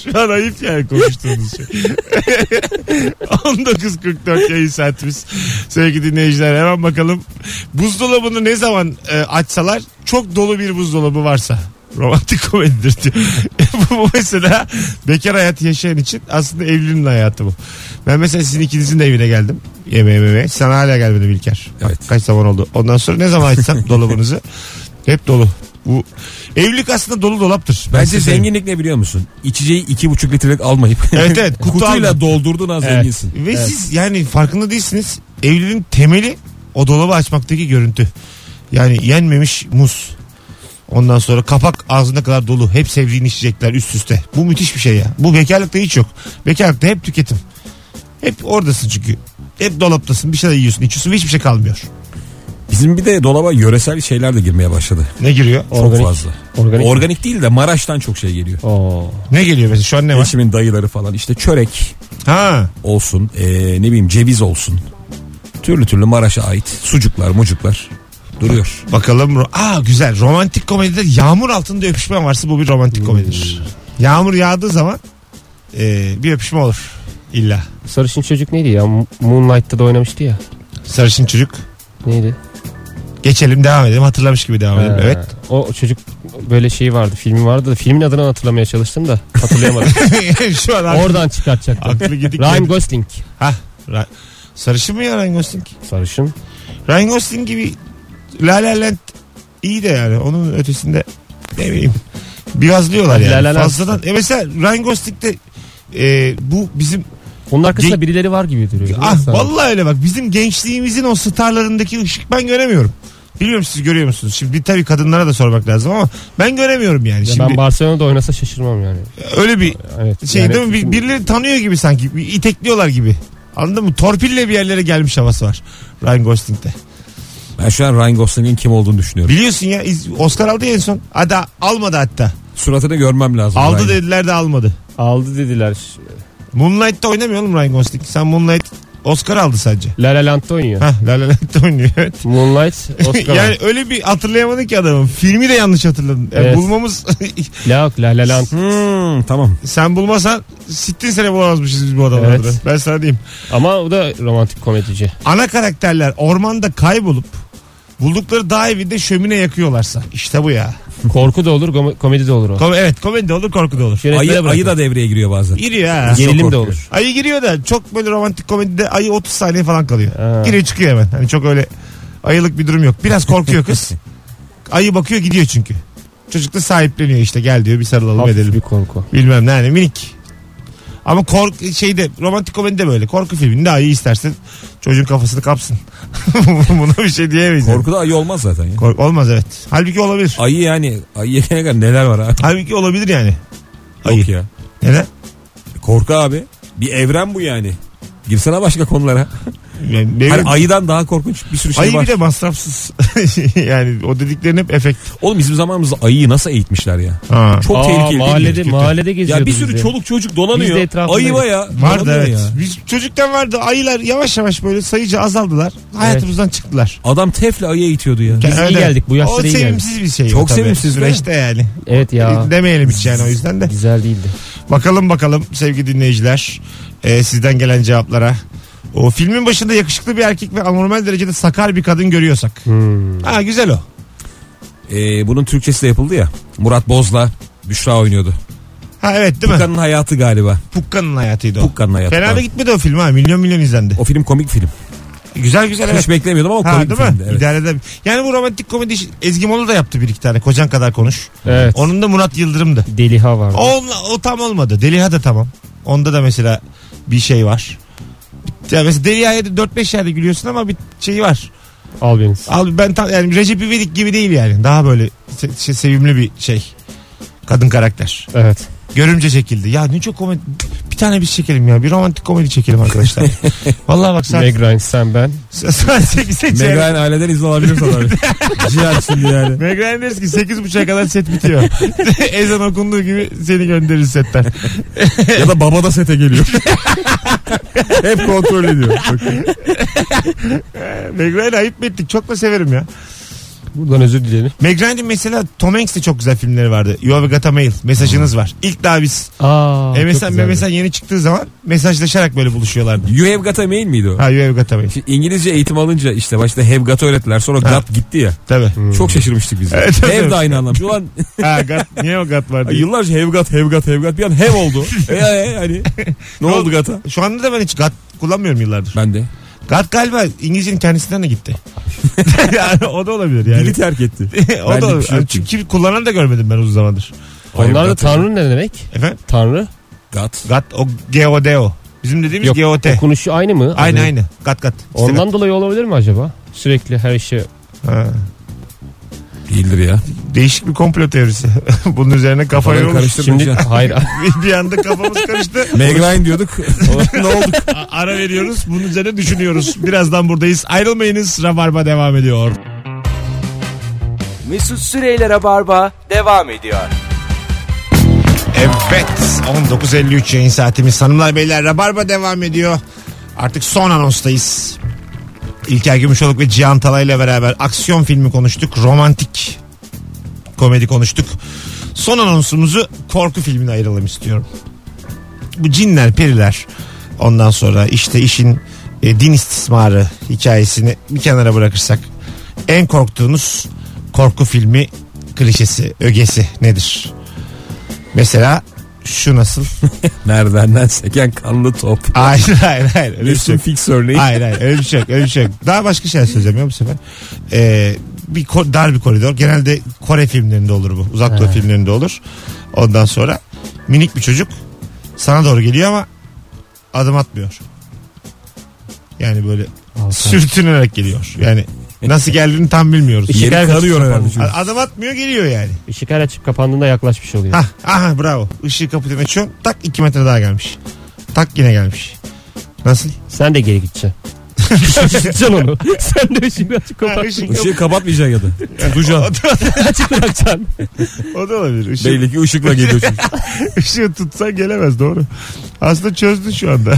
S2: Şu an ayıp yani konuştuğumuz şey. 19.44 yayın saatimiz. Sevgili dinleyiciler hemen bakalım. Buzdolabını ne zaman e, açsalar çok dolu bir buzdolabı varsa romantik komedidir diyor. bu, bu mesela bekar hayatı yaşayan için aslında evliliğin hayatı bu. Ben mesela sizin ikinizin de evine geldim. Yemeğe yemeğe. Sana hala gelmedi İlker.
S3: Evet.
S2: Kaç zaman oldu. Ondan sonra ne zaman açsam dolabınızı hep dolu. Bu evlilik aslında dolu dolaptır. Ben
S3: Bence
S2: size söyleyeyim.
S3: zenginlik ne biliyor musun? İçeceği iki buçuk litrelik almayıp.
S2: Evet, evet. Kutu
S3: Kutuyla
S2: almak.
S3: doldurdun az zenginsin.
S2: Ve siz yani farkında değilsiniz. Evliliğin temeli o dolabı açmaktaki görüntü. Yani yenmemiş muz. Ondan sonra kapak ağzına kadar dolu. Hep sevdiğin içecekler üst üste. Bu müthiş bir şey ya. Bu bekarlıkta hiç yok. Bekarlıkta hep tüketim. Hep oradasın çünkü. Hep dolaptasın. Bir şeyler yiyorsun, içiyorsun ve hiçbir şey kalmıyor.
S3: Bizim bir de dolaba yöresel şeyler de girmeye başladı.
S2: Ne giriyor?
S3: Çok
S4: Organik.
S3: fazla.
S4: Organik.
S3: Organik, değil de Maraş'tan çok şey geliyor.
S4: Oo.
S2: Ne geliyor mesela? Şu an ne var?
S3: Eşimin dayıları falan işte çörek
S2: Ha.
S3: olsun ee, ne bileyim ceviz olsun. Türlü türlü Maraş'a ait sucuklar mucuklar duruyor.
S2: Bakalım. ro- Aa güzel. Romantik komedide yağmur altında öpüşme varsa bu bir romantik komedidir. Yağmur yağdığı zaman e, bir öpüşme olur. İlla.
S4: Sarışın çocuk neydi ya? Mo- Moonlight'ta da oynamıştı ya.
S2: Sarışın çocuk.
S4: Neydi?
S2: Geçelim devam edelim. Hatırlamış gibi devam edelim.
S4: Ha,
S2: Evet.
S4: O çocuk böyle şeyi vardı. Filmi vardı da filmin adını hatırlamaya çalıştım da hatırlayamadım.
S2: Şu an aklı,
S4: Oradan çıkartacaktım.
S2: aklı gidik.
S4: Ryan Gosling.
S2: Hah. Ra- Sarışın mı ya Ryan Gosling?
S4: Sarışın.
S2: Ryan Gosling gibi La La Land iyi de yani. Onun ötesinde ne bileyim. Birazlıyorlar
S4: Tabii
S2: yani.
S4: La La Land.
S2: Fazladan. E mesela Ryan Gosling'de e, bu bizim
S4: Onun arkasında
S2: Ge-
S4: birileri var gibi duruyor.
S2: Ah
S4: Nasıl?
S2: vallahi öyle bak bizim gençliğimizin o starlarındaki ışık ben göremiyorum. Bilmiyorum siz görüyor musunuz? Şimdi bir tabii kadınlara da sormak lazım ama ben göremiyorum yani.
S4: Ya
S2: Şimdi
S4: ben Barcelona'da oynasa şaşırmam yani.
S2: öyle bir
S4: Evet.
S2: şey
S4: yani
S2: değil mi? Bir- Birileri tanıyor gibi sanki. Bir itekliyorlar gibi. Anladın mı? Torpille bir yerlere gelmiş havası var. Ryan Gosling'de.
S3: Ben şu an Ryan Gosling'in kim olduğunu düşünüyorum.
S2: Biliyorsun ya iz- Oscar aldı ya en son. Hadi almadı hatta.
S3: Suratını görmem lazım.
S2: Aldı
S3: Ryan.
S2: dediler de almadı.
S4: Aldı dediler.
S2: Moonlight'ta oynamıyor oğlum Ryan Gosling. Sen Moonlight Oscar aldı sadece.
S4: La La Land'da oynuyor.
S2: Hah La La Land'da oynuyor. Evet.
S4: Moonlight, Oscar.
S2: yani öyle bir hatırlayamadı ki adamın. Filmi de yanlış hatırladın. Yani
S4: Evet.
S2: Bulmamız
S4: La, La La Land.
S3: Hmm, tamam.
S2: sen bulmasan sittin sene bulamazmışız biz bu adamları.
S4: Evet.
S2: Ben sana diyeyim.
S4: Ama o da romantik komedici.
S2: Ana karakterler ormanda kaybolup buldukları dağ evinde şömine yakıyorlarsa işte bu ya.
S4: Korku da olur, gom- komedi de olur o.
S2: Kom- evet komedi de olur korku da olur.
S4: Yönetmene
S3: Ayı,
S4: bırakın.
S3: ayı da devreye giriyor bazen.
S2: Giriyor ha.
S3: Geri-
S4: Gerilim
S3: Çok
S4: de
S3: korkuyor.
S4: olur.
S2: Ayı giriyor da çok böyle romantik komedide ayı 30 saniye falan kalıyor.
S4: Ha.
S2: Giriyor çıkıyor hemen. Hani çok öyle ayılık bir durum yok. Biraz korkuyor kız. ayı bakıyor gidiyor çünkü. Çocuk da sahipleniyor işte gel diyor bir sarılalım
S4: Hafif
S2: edelim.
S4: bir korku.
S2: Bilmem ne hani minik. Ama kork şeyde romantik komedide böyle. Korku filminde ayı istersen çocuğun kafasını kapsın. Buna bir şey diyemeyiz. yani.
S3: Korkuda ayı olmaz zaten ya.
S2: Kork- olmaz evet. Halbuki olabilir.
S3: Ayı yani ayı yekene kadar neler var abi.
S2: Halbuki olabilir yani.
S3: Yok
S2: Ayı.
S3: ya.
S2: Neden?
S3: Korku abi. Bir evren bu yani. Girsene başka konulara.
S2: Yani ne
S3: Hani
S2: bileyim.
S3: ayıdan daha korkunç bir sürü şey
S2: ayı
S3: var.
S2: bir de masrafsız. yani o dediklerin hep efekt.
S3: Oğlum bizim zamanımızda ayıyı nasıl eğitmişler ya?
S2: Ha.
S3: Çok
S4: Aa,
S3: tehlikeli değil mi?
S4: mahallede,
S2: Kötü.
S4: mahallede geziyordu
S3: Ya bir sürü
S4: bizi.
S3: çoluk çocuk
S4: Biz
S3: dolanıyor.
S4: de etrafında-
S3: Ayı ya.
S2: Vardı
S3: dolanıyor
S2: evet.
S3: ya.
S2: Biz çocukken vardı. Ayılar yavaş yavaş böyle sayıca azaldılar. Hayatımızdan çıktılar.
S3: Adam tefle ayı eğitiyordu ya.
S4: Biz iyi
S2: Öyle.
S4: geldik, bu yaşlara
S2: O
S4: iyi geldik.
S2: sevimsiz bir şey.
S3: Çok
S2: tabii.
S3: sevimsiz değil mi?
S2: Süreçte yani.
S4: Evet ya.
S2: Demeyelim hiç yani o yüzden de.
S4: Güzel değildi.
S2: Bakalım bakalım sevgili dinleyiciler e, sizden gelen cevaplara. O filmin başında yakışıklı bir erkek ve anormal derecede sakar bir kadın görüyorsak.
S3: Hmm.
S4: Hmm.
S2: Ha güzel o.
S3: Ee, bunun Türkçesi de yapıldı ya. Murat Boz'la Büşra oynuyordu.
S2: Ha evet değil mi?
S3: Pukka'nın hayatı galiba.
S2: Pukka'nın hayatıydı o.
S3: Pukka'nın hayatı.
S2: Fena
S3: Tamam.
S2: da gitmedi o film ha. Milyon milyon izlendi.
S3: O film komik film.
S2: Güzel güzel evet.
S3: Hiç beklemiyordum ama
S2: Ha
S3: komik
S2: değil
S3: bir
S2: mi?
S3: filmdi. Evet.
S2: İdare eder- Yani bu romantik komedi işi- Ezgi Mola da yaptı bir iki tane. Kocan kadar konuş.
S4: Evet.
S2: Onun da Murat Yıldırım'dı.
S4: Deliha vardı.
S2: O, onla- o tam olmadı. Deliha da tamam. Onda da mesela bir şey var. Ya mesela Derya'ya da 4-5 yerde gülüyorsun ama bir şeyi var.
S4: Al biriniz.
S2: Al ben tam yani Recep İvedik gibi değil yani. Daha böyle se- şey, sevimli bir şey. Kadın karakter.
S4: Evet.
S2: Görümce çekildi. Ya ne çok komedi. Bir tane biz çekelim ya. Bir romantik komedi çekelim arkadaşlar. Vallahi bak saat,
S4: Meg Ryan, sen ben.
S2: saat 8'e
S3: Meg
S2: çeyrek-
S3: Ryan aileden izin alabilir sanırım. Ciğer şimdi yani.
S2: Meg Ryan deriz ki 8.30'a kadar set bitiyor. Ezan okunduğu gibi seni gönderir setten.
S3: Ya da baba da sete geliyor. Hep kontrol ediyor.
S2: Meg Ryan'ı ayıp mı ettik? Çok da severim ya.
S4: Buradan özür dilerim.
S2: Meg Ryan'ın mesela Tom Hanks'te çok güzel filmleri vardı. You have got a mail. Mesajınız var. İlk daha biz
S4: Aa, çok
S2: MSN,
S4: güzeldi.
S2: MSN yeni çıktığı zaman mesajlaşarak böyle buluşuyorlardı.
S3: You have got a mail miydi o?
S2: Ha you have got a mail.
S3: Şimdi İngilizce eğitim alınca işte başta have got öğrettiler sonra
S2: Ha.
S3: got gitti ya.
S2: Tabii.
S3: Çok şaşırmıştık biz. de.
S2: Evet, evet.
S3: have da aynı anlam. Ulan
S2: ha got, niye o got var diye.
S3: yıllarca have got have got have got bir an have oldu. e, e, hani ne oldu got'a?
S2: Şu anda da ben hiç got kullanmıyorum yıllardır.
S3: Ben de.
S2: Got galiba İngilizcenin kendisinden de gitti. yani o da olabilir
S3: Dili
S2: yani.
S3: terk etti.
S2: o da
S3: Bende bir
S2: olabilir.
S3: şey yok
S2: Çünkü kim- kullanan da görmedim ben uzun zamandır.
S4: Onlar da
S3: Got.
S4: Tanrı ne demek?
S2: Efendim?
S4: Tanrı.
S3: Got.
S2: Gat o G-O-D-O. Bizim dediğimiz
S4: Yok,
S2: G-O-T.
S3: Eh.
S4: Okunuşu aynı mı?
S2: Aynı
S4: Adı-
S2: aynı. Gat gat. İşte
S4: Ondan dolayı olabilir mi acaba? Sürekli her işi
S2: gat. Ha.
S3: Değildir ya.
S2: Değişik bir komplo teorisi. Bunun üzerine kafa
S3: Kafaları
S2: yorulmuş.
S4: şimdi
S3: karıştırmayacaksın.
S4: hayır
S2: Bir- bir anda kafamız karıştı.
S3: Meg Ryan diyorduk. ne olduk?
S2: A- Ara veriyoruz. Bunun üzerine düşünüyoruz. Birazdan buradayız. Ayrılmayınız. Rabarba devam ediyor.
S1: Mesut Süreyler'e barba devam ediyor.
S2: Evet. 19.53 yayın saatimiz. Hanımlar beyler Rabarba devam ediyor. Artık son anonstayız. İlker Gümüşoluk ve Cihan Talay'la beraber aksiyon filmi konuştuk. Romantik komedi konuştuk. Son anonsumuzu korku filmine ayıralım istiyorum. Bu cinler, periler ondan sonra işte işin e, din istismarı hikayesini bir kenara bırakırsak en korktuğunuz korku filmi klişesi, ögesi nedir? Mesela şu nasıl?
S3: Merdivenden seken kanlı top.
S2: Hayır hayır hayır. Öyle bir şey
S3: Wilson
S2: yok.
S3: Fix örneği.
S2: Hayır hayır öyle bir şey yok. Öyle bir şey yok. Daha başka şeyler söyleyeceğim ya bu sefer. Ee, bir ko- dar bir koridor. Genelde Kore filmlerinde olur bu. Uzak Doğu
S4: He.
S2: filmlerinde olur. Ondan sonra minik bir çocuk sana doğru geliyor ama adım atmıyor. Yani böyle sürtünerek geliyor. Yani nasıl geldiğini tam bilmiyoruz.
S3: Yeri
S2: Gel-
S3: karıyor herhalde çünkü.
S2: A- Adım atmıyor geliyor yani.
S4: Işık her açıp kapandığında yaklaşmış oluyor.
S2: Hah, aha bravo. Işığı kapıdan açıyorsun. Tak iki metre daha gelmiş. Tak yine gelmiş. Nasıl?
S4: Sen de geri gideceksin. Gideceksin onu. Sen de ışığı açıp
S2: Ha,
S4: kapatacaksın.
S2: ışık
S3: Işığı kapatmayacaksın ya da.
S2: O
S3: Tutacaksın.
S2: da,
S4: açık bırakacaksın.
S2: o da olabilir. Işığı,
S3: Belli ki ışıkla geliyor çünkü.
S2: ışığı tutsan gelemez doğru. Aslında çözdün şu anda.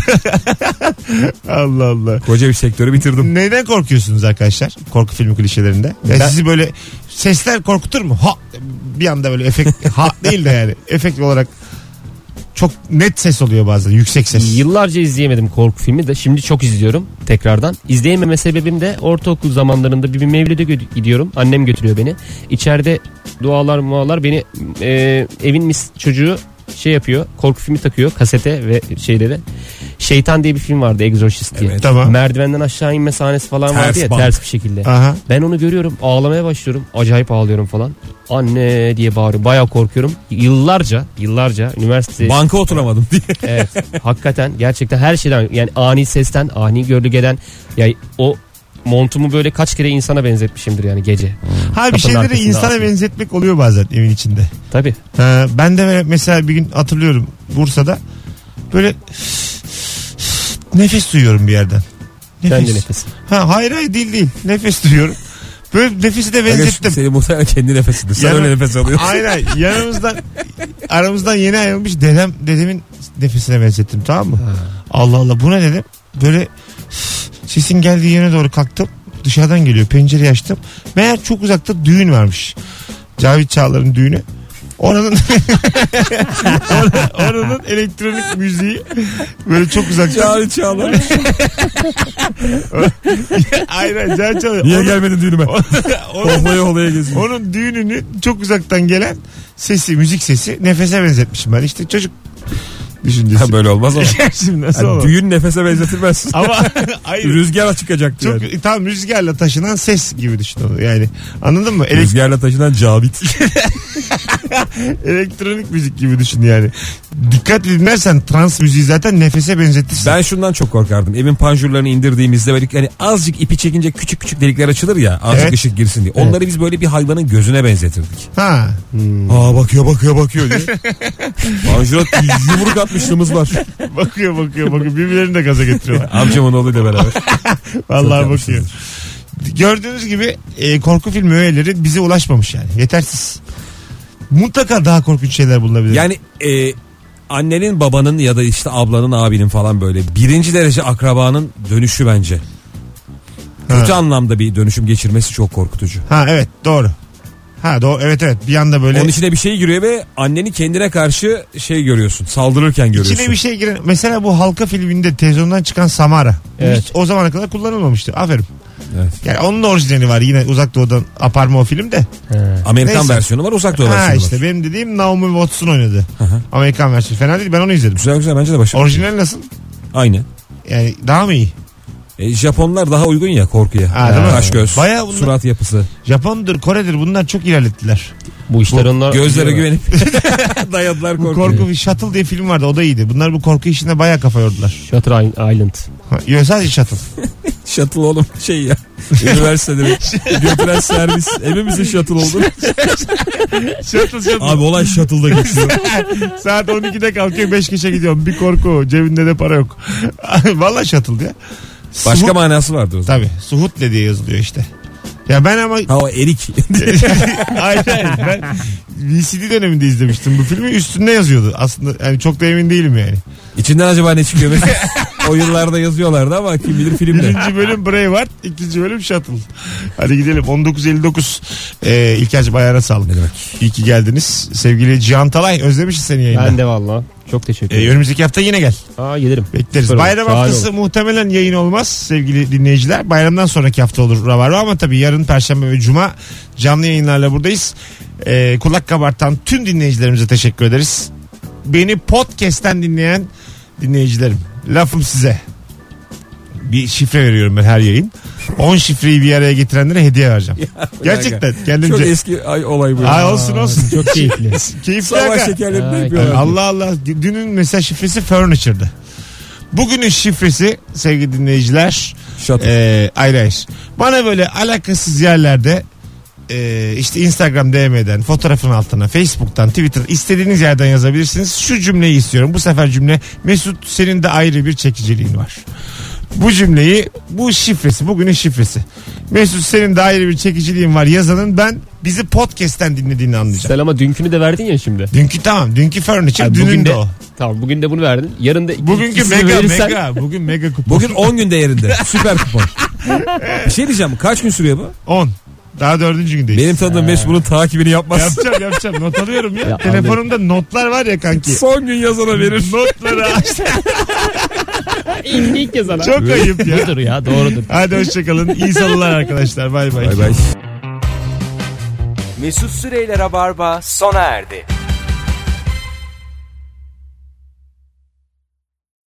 S2: Allah Allah.
S3: Koca bir sektörü bitirdim.
S2: Neyden korkuyorsunuz arkadaşlar? Korku filmi klişelerinde. Ya
S4: Ben-
S2: Sizi böyle sesler korkutur mu? Ha bir anda böyle efekt ha değil de yani efekt olarak çok net ses oluyor bazen yüksek ses.
S4: Yıllarca izleyemedim korku filmi de şimdi çok izliyorum tekrardan. İzleyememe sebebim de ortaokul zamanlarında bir mevlide gö- gidiyorum. Annem götürüyor beni. İçeride dualar mualar beni e, evin mis çocuğu şey yapıyor. Korku filmi takıyor kasete ve şeylere. Şeytan diye bir film vardı Exorcist diye.
S3: Evet.
S2: Tamam.
S4: Merdivenden aşağı inme sahnesi falan
S3: Ters
S4: vardı ya
S3: bank.
S4: ters bir şekilde.
S2: Aha.
S4: Ben onu görüyorum ağlamaya başlıyorum. Acayip ağlıyorum falan. Anne diye bağırıyorum. Bayağı korkuyorum. Yıllarca, yıllarca üniversite
S3: Banka oturamadım diye.
S4: evet, hakikaten gerçekten her şeyden yani ani sesten, ani gölgeden ya o montumu böyle kaç kere insana benzetmişimdir yani gece.
S2: Ha bir
S4: Kapının
S2: şeyleri
S4: arkasında
S2: insana
S4: asılı.
S2: benzetmek oluyor bazen evin içinde.
S4: Tabii.
S2: Ha, Ee, ben de mesela bir gün hatırlıyorum Bursa'da böyle nefes duyuyorum bir yerden.
S4: Kendi nefesi.
S2: Ha, hayır hayır değil değil. Nefes duyuyorum. Böyle nefesi de
S3: Aga şu-
S2: benzettim.
S3: Senin muhtemelen kendi nefesidir. Sen
S2: Yani-
S3: öyle nefes alıyorsun.
S2: Aynen yanımızdan aramızdan yeni ayrılmış dedem dedemin nefesine benzettim tamam mı? Allah Allah bu ne dedim. Böyle sesin geldiği yere doğru kalktım. Dışarıdan geliyor pencereyi açtım. Meğer çok uzakta düğün varmış. Cavit Çağlar'ın düğünü. Oranın Or- oranın elektronik müziği böyle çok uzakta.
S3: Çağrı Çağlar.
S2: Aynen Cavit Çağlar.
S3: Niye
S2: Onun-
S3: gelmedin düğünüme?
S2: onun-
S3: Olaya olaya geziyor.
S2: Onun düğününü çok uzaktan gelen sesi, müzik sesi nefese benzetmişim ben. İşte çocuk düşüncesi.
S3: Ha böyle olmaz ama.
S2: Şimdi nasıl
S3: Yani
S2: olur?
S3: düğün nefese benzetilmez.
S2: Ama hayır.
S3: Rüzgar çıkacaktı
S2: Çok,
S3: yani.
S2: tam rüzgarla taşınan ses gibi düşün onu. Yani anladın mı? Elek-
S3: Rüzgarla taşınan Cavit.
S2: elektronik müzik gibi düşün yani. Dikkat dinlersen trans müziği zaten nefese benzetirsin.
S3: Ben şundan çok korkardım. Evin panjurlarını indirdiğimizde böyle hani azıcık ipi çekince küçük küçük delikler açılır ya. Azıcık
S2: Evet.
S3: ışık girsin diye. Onları biz böyle bir hayvanın gözüne benzetirdik.
S2: Ha.
S3: Aa bakıyor bakıyor bakıyor diye. Panjura yumruk atmışlığımız var.
S2: Bakıyor bakıyor bakıyor. Birbirlerini de gaza getiriyorlar.
S3: Amcamın oğluyla beraber.
S2: Vallahi bakıyor.
S3: Çok yanlışsınız.
S2: Gördüğünüz gibi e, korku filmi öğeleri bize ulaşmamış yani. Yetersiz. Mutlaka daha korkunç şeyler bulunabilir.
S3: Yani e, annenin babanın ya da işte ablanın abinin falan böyle birinci derece akrabanın dönüşü bence. Kötü
S2: ha.
S3: anlamda bir dönüşüm geçirmesi çok korkutucu.
S2: ha evet doğru. Ha doğru evet evet bir anda böyle
S3: Onun içine bir şey giriyor ve anneni kendine karşı şey görüyorsun. Saldırırken görüyorsun.
S2: İçine bir şey giren mesela bu halka filminde televizyondan çıkan Samara. Bu
S4: Evet.
S2: Hiç o zamana kadar kullanılmamıştı. Aferin.
S3: Evet.
S2: Yani onun da orijinali var yine uzak doğudan aparma o filmde.
S3: Amerikan
S2: Neyse.
S3: versiyonu var, uzak doğu
S2: Ha
S3: versiyonu
S2: işte
S3: var.
S2: benim dediğim Naomi Watts'un oynadı. Amerikan versiyonu fena değil ben onu izledim.
S3: Güzel güzel bence de başarılı.
S2: Orijinal nasıl?
S3: Aynı.
S2: Yani daha mı iyi?
S3: E, Japonlar daha uygun ya korkuya.
S2: Ha, değil mi?
S3: Kaş göz,
S2: Bayağı bunlar-
S3: surat yapısı.
S2: Japon'dur, Kore'dir bunlar çok ilerlettiler.
S4: Bu işler onlar...
S3: Gözlere güvenip dayadılar
S2: Bu
S3: korkuyu.
S2: korku bir Shuttle diye film vardı o da iyiydi. Bunlar bu korku işine bayağı kafa yordular.
S4: Shutter Island.
S2: Ha, Yok sadece Shuttle.
S3: Shuttle oğlum şey ya. Üniversitede götüren servis. Emin misin shuttle oldu?
S2: shuttle shuttle.
S3: Abi olay shuttle'da geçiyor.
S2: Saat 12'de kalkıyor 5 geçe gidiyorum. Bir korku cebinde de para yok. Valla shuttle ya. Suhut-
S3: Başka manası vardır o zaman.
S2: Tabii. Suhutle diye yazılıyor işte. Ya ben ama
S3: Ha o erik.
S2: hayır, hayır, ben VCD döneminde izlemiştim bu filmi üstünde yazıyordu. Aslında yani çok da emin değilim yani.
S3: İçinden acaba ne çıkıyor mesela? o yıllarda yazıyorlardı ama kim bilir filmde.
S2: Birinci bölüm Braveheart, ikinci bölüm Shuttle. Hadi gidelim 1959. Ee, İlker'cim ayağına sağlık.
S3: Ne demek?
S2: İyi ki geldiniz. Sevgili Cihan Talay özlemişiz seni yayında.
S4: Ben de valla. Çok teşekkür
S2: Ee,
S4: ederim.
S2: önümüzdeki hafta yine gel.
S4: Aa gelirim.
S2: Bekleriz.
S4: Süper olur.
S2: Bayram
S4: Şahane
S2: haftası muhtemelen yayın olmaz sevgili dinleyiciler. Bayramdan sonraki hafta olur Rabarba ama tabii yarın Perşembe ve Cuma canlı yayınlarla buradayız. Ee, kulak kabartan tüm dinleyicilerimize teşekkür ederiz. Beni podcast'ten dinleyen dinleyicilerim lafım size. Bir şifre veriyorum ben her yayın. 10 şifreyi bir araya getirenlere hediye vereceğim. Gerçekten
S3: Çok
S2: kendimce.
S3: eski ay, olay bu.
S2: Ay olsun olsun.
S4: Çok keyifli.
S2: Keyifli
S3: Savaş
S2: aga.
S3: şekerleri
S4: Ay,
S3: ne
S2: Yani
S3: yapıyorlar?
S2: Allah Allah. Dünün mesela şifresi furniture'dı. Bugünün şifresi sevgili dinleyiciler
S3: Shuttle.
S4: Ee,
S2: e, ayrı ayrı. Bana böyle alakasız yerlerde e, işte Instagram DM'den fotoğrafın altına Facebook'tan Twitter istediğiniz yerden yazabilirsiniz. Şu cümleyi istiyorum. Bu sefer cümle Mesut senin de ayrı bir çekiciliğin var. Bu cümleyi bu şifresi bugünün şifresi. Mesut senin de ayrı bir çekiciliğin var yazanın ben bizi podcast'ten dinlediğini anlayacağım.
S4: Sen ama dünkünü de verdin ya şimdi.
S2: Dünkü tamam. Dünkü furniture
S4: Ay,
S2: dünün
S4: bugün
S2: de,
S4: de-
S2: o.
S4: Tamam bugün de bunu verdin. Yarın da iki-
S2: Bugünkü
S4: ikisini
S2: mega
S4: verirsen-
S2: mega. Bugün mega kupon.
S3: Bugün 10 gün değerinde. Süper kupon. Bir şey diyeceğim. Kaç gün sürüyor bu?
S2: 10. Daha dördüncü gündeyiz.
S3: Benim tanıdığım Mesut bunun takibini yapmaz.
S2: Yapacağım yapacağım. Not alıyorum ya.
S4: Ya,
S2: Telefonumda notlar var ya kanki.
S3: Son gün yazana verir.
S2: Notları aç.
S4: İlk, ilk kez ana.
S2: Çok ayıp ya.
S4: Budur ya doğrudur.
S2: Hadi hoşçakalın. İyi salılar arkadaşlar. Bay bay.
S3: Bay bay.
S1: Mesut Süreyler'e barba sona erdi.